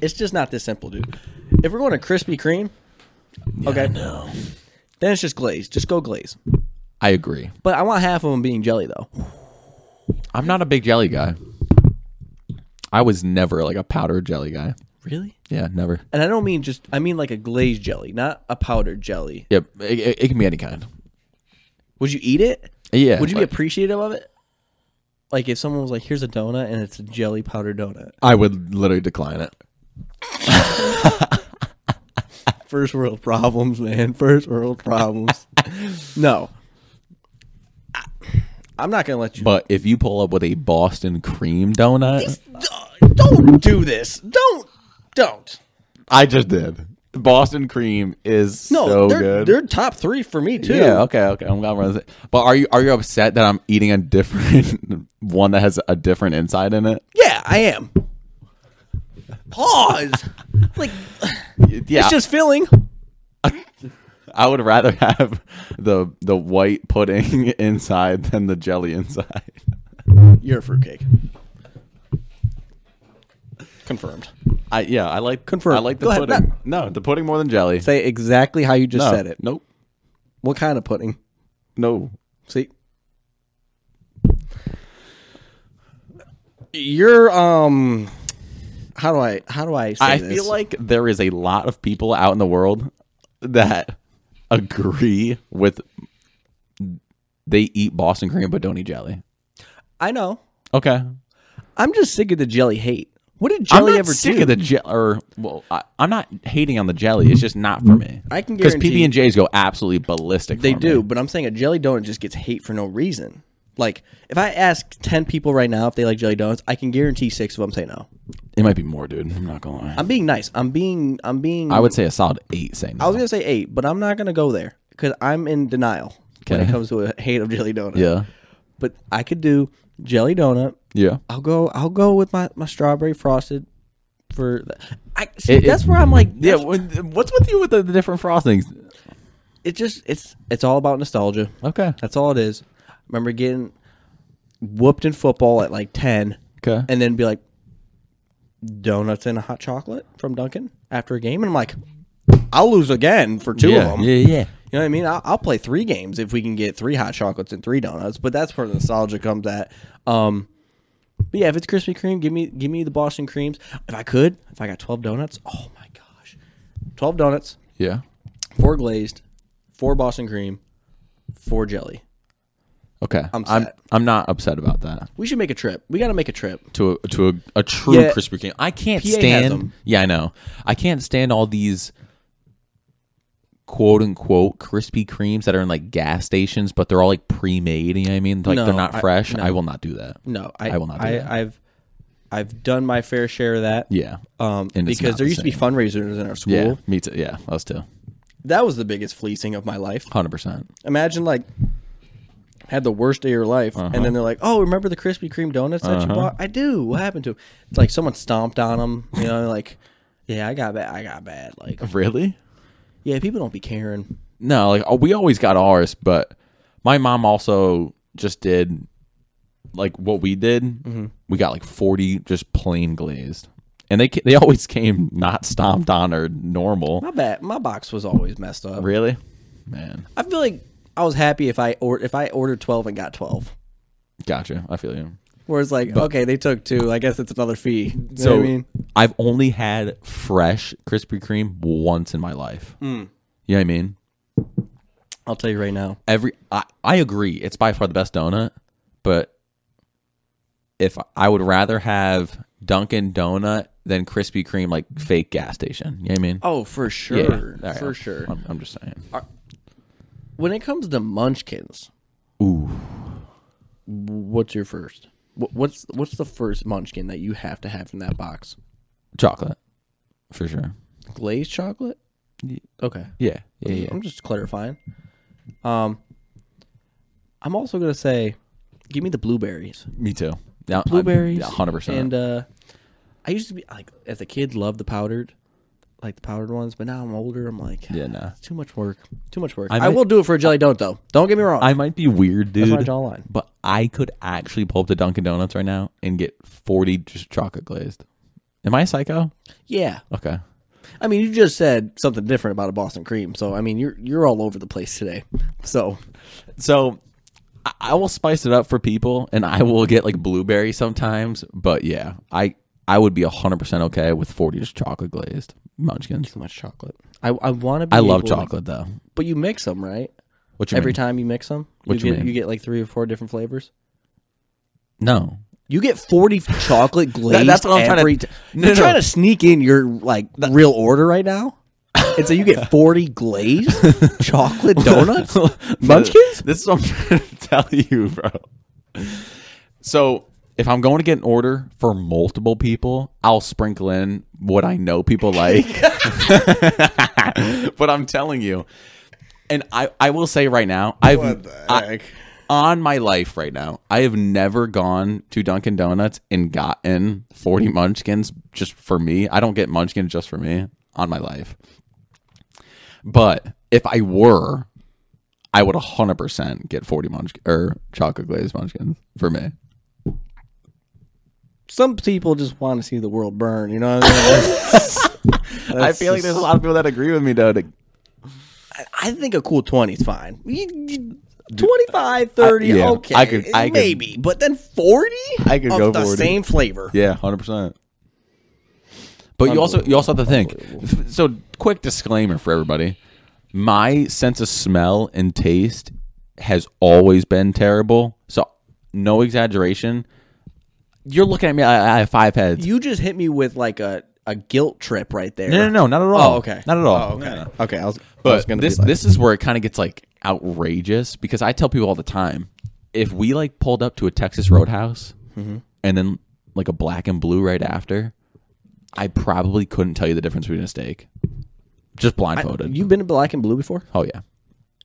it's just not this simple, dude. If we're going to Krispy Kreme, okay, no. then it's just glaze. Just go glaze. I agree. But I want half of them being jelly though. I'm not a big jelly guy. I was never like a powdered jelly guy. Really? Yeah, never. And I don't mean just. I mean like a glazed jelly, not a powdered jelly. Yep, it, it, it can be any kind. Would you eat it? Yeah. Would you be like- appreciative of it? Like if someone was like, "Here's a donut, and it's a jelly powdered donut." I would literally decline it. First world problems, man. First world problems. no, I- I'm not gonna let you. But if you pull up with a Boston cream donut, don't do this. Don't. Don't. I just did. Boston cream is No, so they're, good. they're top three for me too. Yeah. Okay. Okay. I'm glad we're on the same- But are you are you upset that I'm eating a different one that has a different inside in it? Yeah, I am. Pause. like Yeah. it's just filling. I would rather have the the white pudding inside than the jelly inside. You're a fruitcake. Confirmed. I yeah. I like Confirm. I like the Go ahead, pudding. No, the pudding more than jelly. Say exactly how you just no, said it. Nope. What kind of pudding? No. See. You're um how do I how do I say I this? feel like there is a lot of people out in the world that agree with they eat Boston cream but don't eat jelly. I know. Okay. I'm just sick of the jelly hate. What did I'm jelly not ever sick do? of the jelly. Or well, I, I'm not hating on the jelly. It's just not for me. I can because guarantee- PB and J's go absolutely ballistic. They for do, me. but I'm saying a jelly donut just gets hate for no reason. Like, if I ask 10 people right now if they like jelly donuts, I can guarantee six of them say no. It might be more, dude. I'm not gonna lie. I'm being nice. I'm being, I'm being, I would say a solid eight. Saying I was no. going to say eight, but I'm not going to go there because I'm in denial when Okay. it comes to a hate of jelly donut. yeah, But I could do jelly donut. yeah. I'll go, I'll go with my, my strawberry frosted for, th- I, see, It- it- that's where I'm like, yeah, Yeah, when- what's with you with the, the different frostings? it just, it's, it's all about nostalgia. Okay, That's all it is. remember getting whooped in football at like 10 okay. and then be like donuts and a hot chocolate from Dunkin' after a game, and I'm like, I'll lose again for two yeah, of them. yeah, yeah. You know what I mean? I'll, I'll play three games if we can get three hot chocolates and three donuts. But that's where the nostalgia comes at. Um, but yeah, if it's Krispy Kreme, give me give me the Boston creams. If I could, if I got twelve donuts, oh my gosh, twelve donuts, Yeah. four glazed, four Boston cream, four jelly. Okay. I'm I'm, upset. not upset about that. We should make a trip. We got to make a trip. To a to a, a true Yeah. Krispy Kreme. I can't PA has stand. them. Yeah, I know. I can't stand all these quote unquote Krispy Kremes that are in like gas stations, but they're all like pre made. You know what I mean? Like they're No, not I- fresh. I, will not do that. No, I, I will not do that. I, I've I've done my fair share of that. Yeah. um, And it's because not there the used to be same. fundraisers in our school. Yeah. Me too. Yeah. Us too. That was the biggest fleecing of my life. Hundred percent. Imagine like had the worst day of your life, and Uh-huh. then they're like, "Oh, remember the Krispy Kreme donuts that you bought? I do. What happened to 'em?" It's like someone stomped on them. You know, like, yeah, I got bad. I got bad. Like, Really? yeah, people don't be caring. No. Like oh, we always got ours, but my mom also just did like what we did. Mm-hmm. We got like forty just plain glazed, and they ca- they always came not stomped on or normal. My bad. My box was always messed up. Really? Man, I feel like I was happy if I or if I ordered twelve and got twelve. gotcha. I feel you. Whereas like, okay, they took two. I guess it's another fee. You know what I mean, have only had fresh Krispy Kreme once in my life. Mm. You know what I mean? I'll tell you right now. every I, I agree it's by far the best donut but if i would rather have Dunkin' Donut than Krispy Kreme, like fake gas station. You know what I mean? Oh, for sure, Yeah. All right, for sure. I'm, I'm just saying. When it comes to Munchkins, Ooh. what's your first? Wh- What's what's the first Munchkin that you have to have in that box? Chocolate. For sure. Glazed chocolate. Ye- Okay, Yeah. Yeah. yeah. I'm just clarifying. Um, I'm also gonna say, give me the blueberries. Me too. Yeah, I'm- blueberries, yeah, 100%. And uh, I used to be like as a kid loved the powdered, like the powdered ones. But now I'm older. I'm like, Yeah, nah. it's too much work. Too much work. I, I might- will do it for a jelly donut though. Don't get me wrong. I might be weird, dude. my jawline. But I could actually pull up to Dunkin' Donuts right now and get 40 just chocolate glazed. Am I a psycho? yeah, Okay. I mean, you just said something different about a Boston cream. So I mean, you're you're all over the place today. So So I, I will spice it up for people and I will get like blueberry sometimes. But yeah, I, I would be 100% okay with 40 just chocolate glazed munchkins. too much chocolate. I I want to. I love chocolate though. but you mix them right What you every mean? time you mix them. What you you get mean? you get like three or four different flavors. No. You get forty chocolate glazed. that's what I'm trying to- every ti- No, You're no, no. trying to sneak in your like real order right now, and so you get forty glazed chocolate donuts, munchkins. This is what I'm trying to tell you, bro. So if I'm going to get an order for multiple people, I'll sprinkle in what I know people like. but I'm telling you, and I, I will say right now, I've I- on my life right now, I have never gone to Dunkin' Donuts and gotten 40 munchkins just for me. I don't get munchkins just for me on my life. But if I were, I would 100% get 40 munch or chocolate glazed munchkins for me. Some people just want to see the world burn. You know, what I, mean? I feel like there's a lot of people that agree with me though. to- I think a cool twenty is fine. You- you- 25, 30, yeah, okay, I could- I could- maybe, but then forty. I could of go the 40. same flavor. Yeah, hundred percent. But you also you also have to think. F- So, quick disclaimer for everybody: my sense of smell and taste has always been terrible. So, no exaggeration. You're looking at me. I, I have five heads. You just hit me with like a, a guilt trip right there. no, no, no, not at all. Oh, okay. not at all. Oh, okay. Okay, I was. I was But gonna be this like- hmm. this is where it kind of gets like outrageous because I tell people all the time, if we like pulled up to a Texas Roadhouse Mm-hmm. and then like a black and blue right after, I probably couldn't tell you the difference between a steak. Just blindfolded. You've been to Black and Blue before? oh yeah,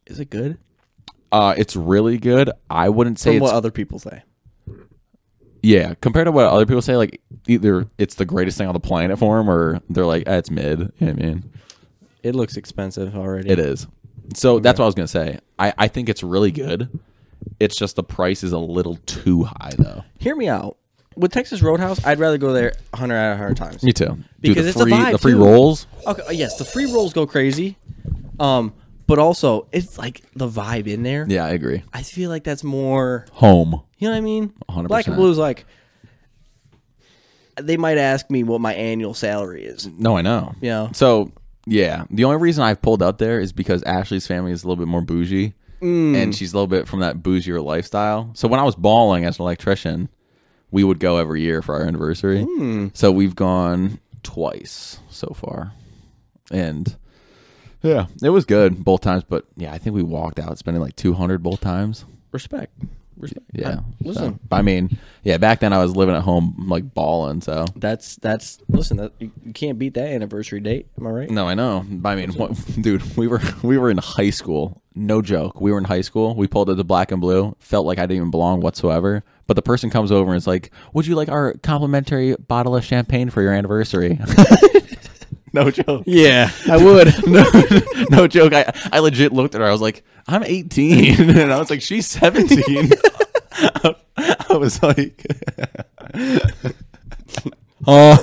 Is it good? uh, it's really good. I wouldn't say From it's what other people say. yeah compared to what other people say. Like either it's the greatest thing on the planet for them, or they're like eh, it's mid. You know what I mean. It looks expensive already. It is. So that's what I was gonna say. I, I think it's really good. It's just the price is a little too high though. Hear me out. With Texas Roadhouse, I'd rather go there 100 out of 100 times. Me too. Because Dude, the it's a free vibe, the free too. rolls. Okay, uh, yes, the free rolls go crazy. Um, but also it's like the vibe in there. Yeah, I agree. I feel like that's more, Home. you know what I mean? 100%. Black and Blue's like they might ask me what my annual salary is. No, I know. Yeah. So yeah, the only reason I've pulled up there is because Ashley's family is a little bit more bougie, and she's a little bit from that bougier lifestyle. So when I was balling as an electrician, we would go every year for our anniversary. So we've gone twice so far, and yeah, it was good both times. But yeah, I think we walked out spending like two hundred both times. Respect. Respect. Yeah. Uh, so- listen, but I mean, yeah, back then I was living at home like balling. So that's that's listen, that, you, you can't beat that anniversary date, am I right? No, I know. But I mean, what, dude, we were we were in high school. No joke. We were in high school. We pulled up the black and blue. Felt like I didn't even belong whatsoever. But the person comes over and is like, "Would you like our complimentary bottle of champagne for your anniversary?" no joke. Yeah, I would. No, no joke. I, I legit looked at her. I was like, "I'm 18," and I was like, "She's 17." I was like, Um,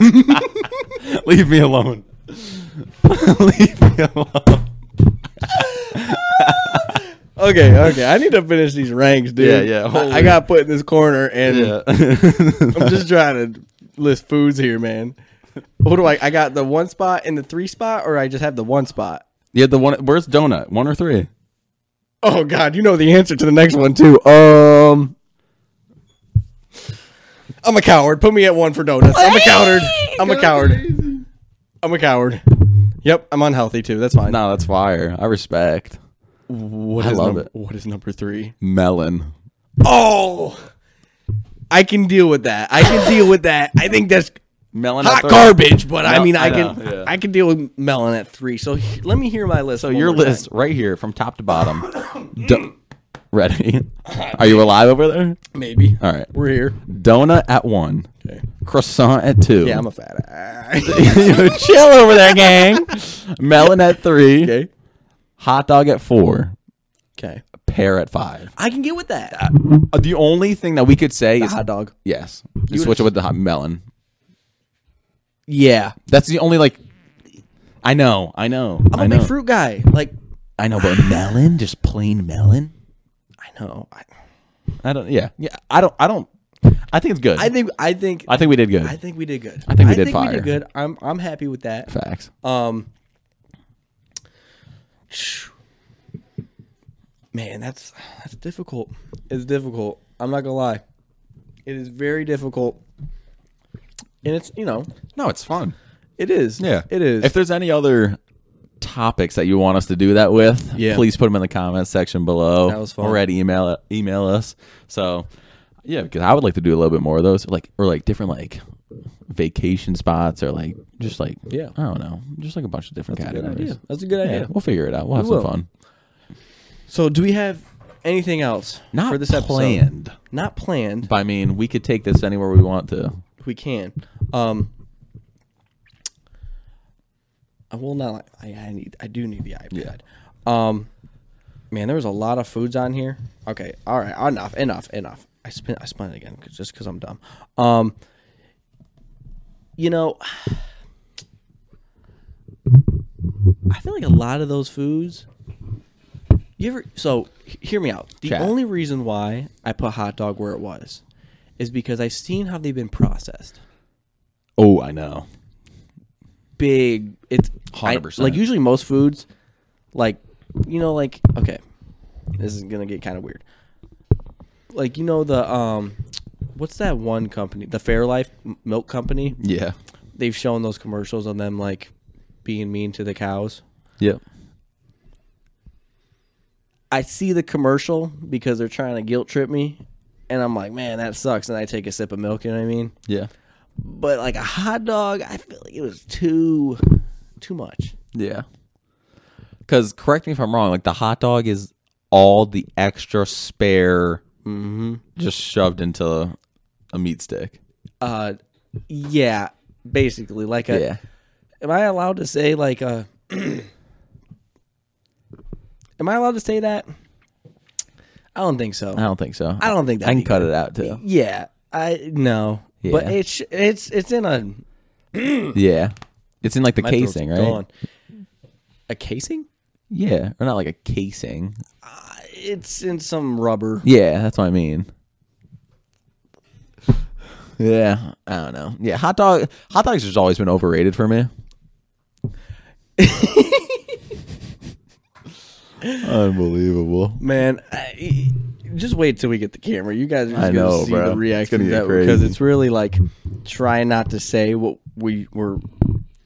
"Leave me alone. Leave me alone." okay, okay. I need to finish these ranks, dude. Yeah, yeah, I- I, holy- got put in this corner, and Yeah. I'm just trying to list foods here, man. What do I? I got the one spot and the three spot, or I just have the one spot. Yeah, the one. Where's donut? One or three? Oh God, you know the answer to the next one too. Um. I'm a coward. Put me at one for donuts. I'm a coward. I'm a coward. I'm a coward. Yep, I'm unhealthy too. That's fine. No, that's fire. I respect What I is love num- it. What is number three? melon. Oh, I can deal with that. I can deal with that. I think that's Melon hot at three. garbage, but I No, mean, I, I know, can yeah. I can deal with melon at three. So he- let me hear my list. So So your list right here from top to bottom. Do- Ready? Are you alive over there? maybe. All right. We're here. Donut at one. Okay. Croissant at two. Yeah, I'm a fat ass. chill over there, gang. Melon at three. okay. Hot dog at four. Okay. Pear at five. I can get with that. Uh, The only thing that we could say is hot dog. yes. You switch it with the hot melon. Yeah. That's the only like. I know. I know. I'm I a know. big fruit guy. Like I know, but melon, just plain melon. I know. I, I don't. Yeah. Yeah. I don't. I don't. I think it's good. I think I think I think we did good. I think we did good. I think we did We fire. did good. I'm I'm happy with that. Facts. Um Man, that's that's difficult. It's difficult. I'm not going to lie. It is very difficult. And it's, you know, No, it's fun. it is. Yeah, It is. If there's any other topics that you want us to do that with, Yeah. please put them in the comments section below. That was fun. Or at email email us. So yeah, because I would like to do a little bit more of those, like or like different like vacation spots or like just like Yeah. I don't know, just like a bunch of different That's a good categories. idea. That's a good Yeah, idea. we'll figure it out. We'll have We some will. fun. So, do we have anything else Not for this episode? planned. Not planned. But I mean, we could take this anywhere we want to. We can. Um I will not I, I need I do need the iPad. Um man, there was a lot of foods on here. Okay, all right, enough, enough, enof. I spin I spun it again 'cause- just cuz I'm dumb. Um you know I feel like a lot of those foods you ever so h- hear me out. The Chat. only reason why I put hot dog where it was is because I've seen how they've been processed. Oh, I know. Big, it's I- 100%. like usually most foods, like you know, like okay, this is gonna get kind of weird. Like you know the um, what's that one company, the Fairlife M- Milk Company? Yeah. They've shown those commercials on them like being mean to the cows. Yep. I see the commercial because they're trying to guilt trip me, and I'm like, man, that sucks. And I take a sip of milk. You know what I mean? Yeah. But like a hot dog, I feel like it was too, too much. Yeah. Because correct me if I'm wrong. Like the hot dog is all the extra spare, Mm-hmm. just shoved into a meat stick. Uh, yeah, basically, like a. Am I allowed to say like uh, a? am I allowed to say that? I don't think so. I don't think so. I don't think I can that'd cut it out too. yeah, I no, but Yeah. it's it's it's in a yeah, it's in like the my throat's casing, right? gone. A casing? Yeah, or not like a casing. It's in some rubber. Yeah, that's what I mean. Yeah, I don't know. Yeah, hot dog. Hot dogs has always been overrated for me. Unbelievable. Man, I, just wait till we get the camera. You guys are just I gonna know, see bro. the It's reaction gonna get because crazy. it's really like trying not to say what we were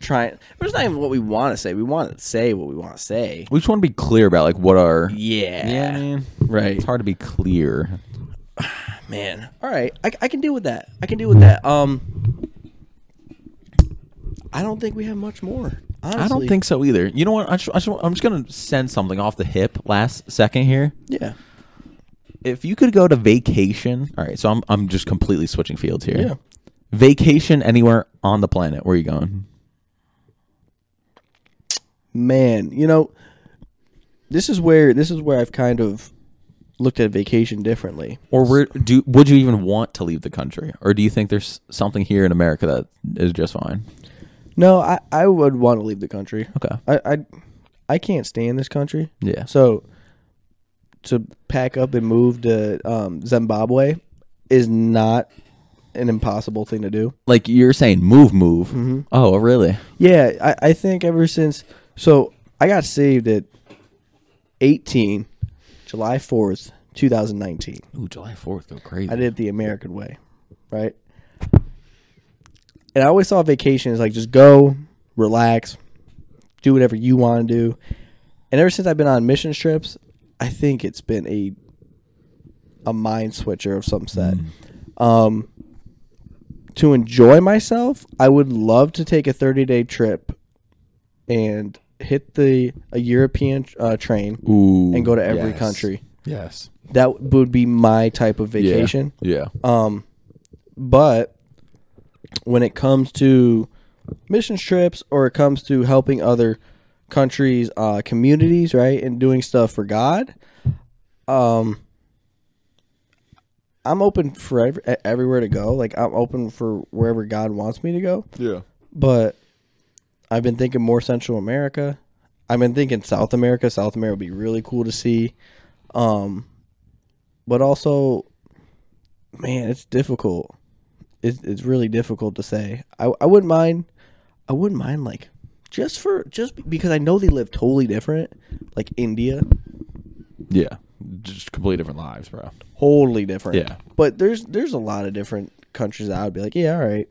trying. But it's not even what we want to say. We want to say what we want to say. We just want to be clear about like what our Yeah, Yeah, I mean, Right. It's hard to be clear. man. All right, I, I can deal with that. I can deal with that. Um, I don't think we have much more. Honestly. I don't think so either. You know what? I just, I just, I'm just gonna send something off the hip last second here. Yeah. If you could go to vacation, all right. So I'm I'm just completely switching fields here. Yeah. Vacation anywhere on the planet? Where are you going? man you know this is where this is where i've kind of looked at vacation differently Or where do would you even want to leave the country? Or do you think there's something here in America that is just fine? no i i would want to leave the country Okay. i i, I can't stay in this country Yeah. so to pack up and move to um, zimbabwe is not an impossible thing to do Like you're saying, move, move. Mm-hmm. Oh, really? yeah i i think ever since so i got saved at 18 july 4th 2019 Ooh, July Fourth, go crazy. I did it the American way, right? and I always saw vacation as like just go, relax, do whatever you want to do. And ever since I've been on mission trips, I think it's been a a mind switcher of some set. Mm. Um, to enjoy myself, I would love to take a 30 day trip and hit the a European uh, train Ooh, and go to every yes. country. Yes. That would be my type of yeah, vacation. Yeah, Um, but when it comes to mission trips or it comes to helping other countries, uh, communities, right, and doing stuff for God, um, I'm open for ev- e- everywhere to go. Like I'm open for wherever God wants me to go. yeah. But I've been thinking more Central America. I've been thinking South America. South America would be really cool to see. Um, but also, man, it's difficult. It's it's really difficult to say. I I wouldn't mind. I wouldn't mind like just for just because I know they live totally different. Like India, Yeah. Just completely different lives, bro. totally different. Yeah. But there's there's a lot of different countries that I would be like, yeah, all right.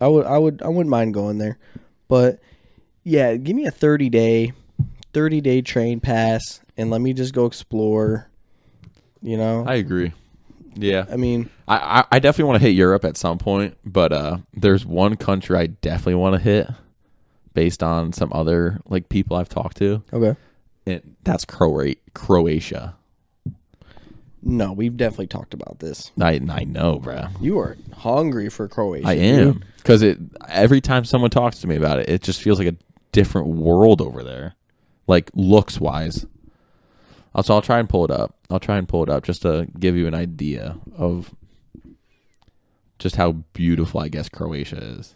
I would I would I wouldn't mind going there. But yeah, give me a 30 day 30 day train pass and let me just go explore, you know. I, I agree. Yeah. mean, I, I, I definitely want to hit Europe at some point, but uh, there's one country I definitely want to hit based on some other like people I've talked to. okay. And that's Croa- Croatia. No, we've definitely talked about this. I I know, bro. You are hungry for Croatia. I am because it every time someone talks to me about it, it just feels like a different world over there, like looks wise. I'll, so I'll try and pull it up. I'll try and pull it up just to give you an idea of just how beautiful I guess Croatia is.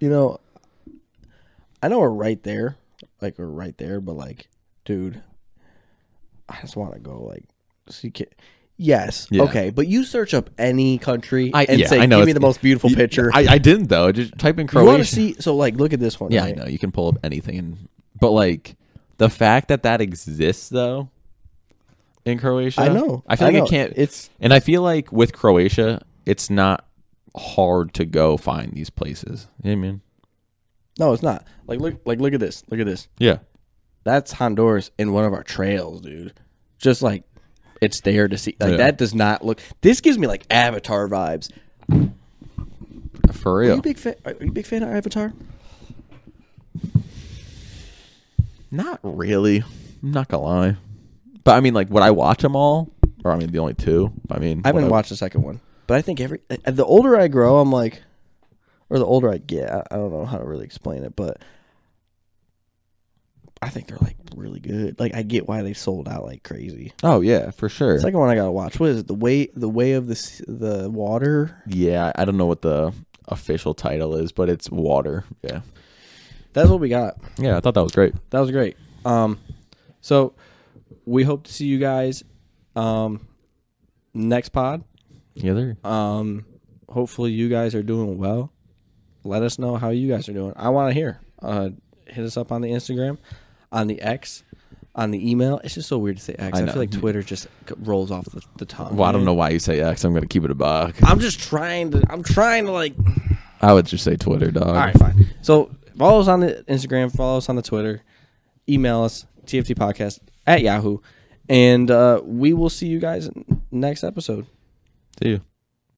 You know, I know we're right there, like we're right there, but like, dude, I just want to go. Like, see, ki- yes, Yeah. okay, but you search up any country I- and yeah, say, I know, "Give me it's- the most beautiful picture." I, I didn't though. Just type in you Croatia. want to see? So, like, look at this one. yeah, I right? know you can pull up anything, and, but like the fact that that exists though in Croatia, I know. I feel like know. it can't. It's And I feel like with Croatia, it's not hard to go find these places. You know what I mean? no, it's not. Like, look, like, look at this. Look at this. Yeah. That's Honduras in one of our trails, dude. Just like, it's there to see. Like, Yeah. that does not look. This gives me like Avatar vibes. For Are you real. a big fan? Are you a big fan of Avatar? Not really. I'm not gonna lie. But I mean like would I watch them all? Or I mean the only two. I mean I haven't would watched the second one, but I think every uh, the older I grow, I'm like, or the older I get, I, I don't know how to really explain it, but I think they're like really good. Like I get why they sold out like crazy. Oh yeah, for sure. Second one I gotta watch. What is it? The way the way of the s- the water. yeah, I don't know what the official title is, but it's water. Yeah. That's what we got. Yeah, I thought that was great. That was great. Um, so we hope to see you guys, um, next pod. Yeah, there. Um, hopefully you guys are doing well. Let us know how you guys are doing. I want to hear. Uh, hit us up on the Instagram, on the X, on the email. It's just so weird to say X. I I, know. feel like Twitter just c- rolls off the, the tongue. Well, I don't man. know why you say X. I'm gonna keep it a buck. I'm just trying to. I'm trying to like. I would just say Twitter, dog. All right, fine. So follow us on the Instagram. Follow us on the Twitter. Email us TFT podcast at Yahoo, and uh, we will see you guys n- next episode. See you.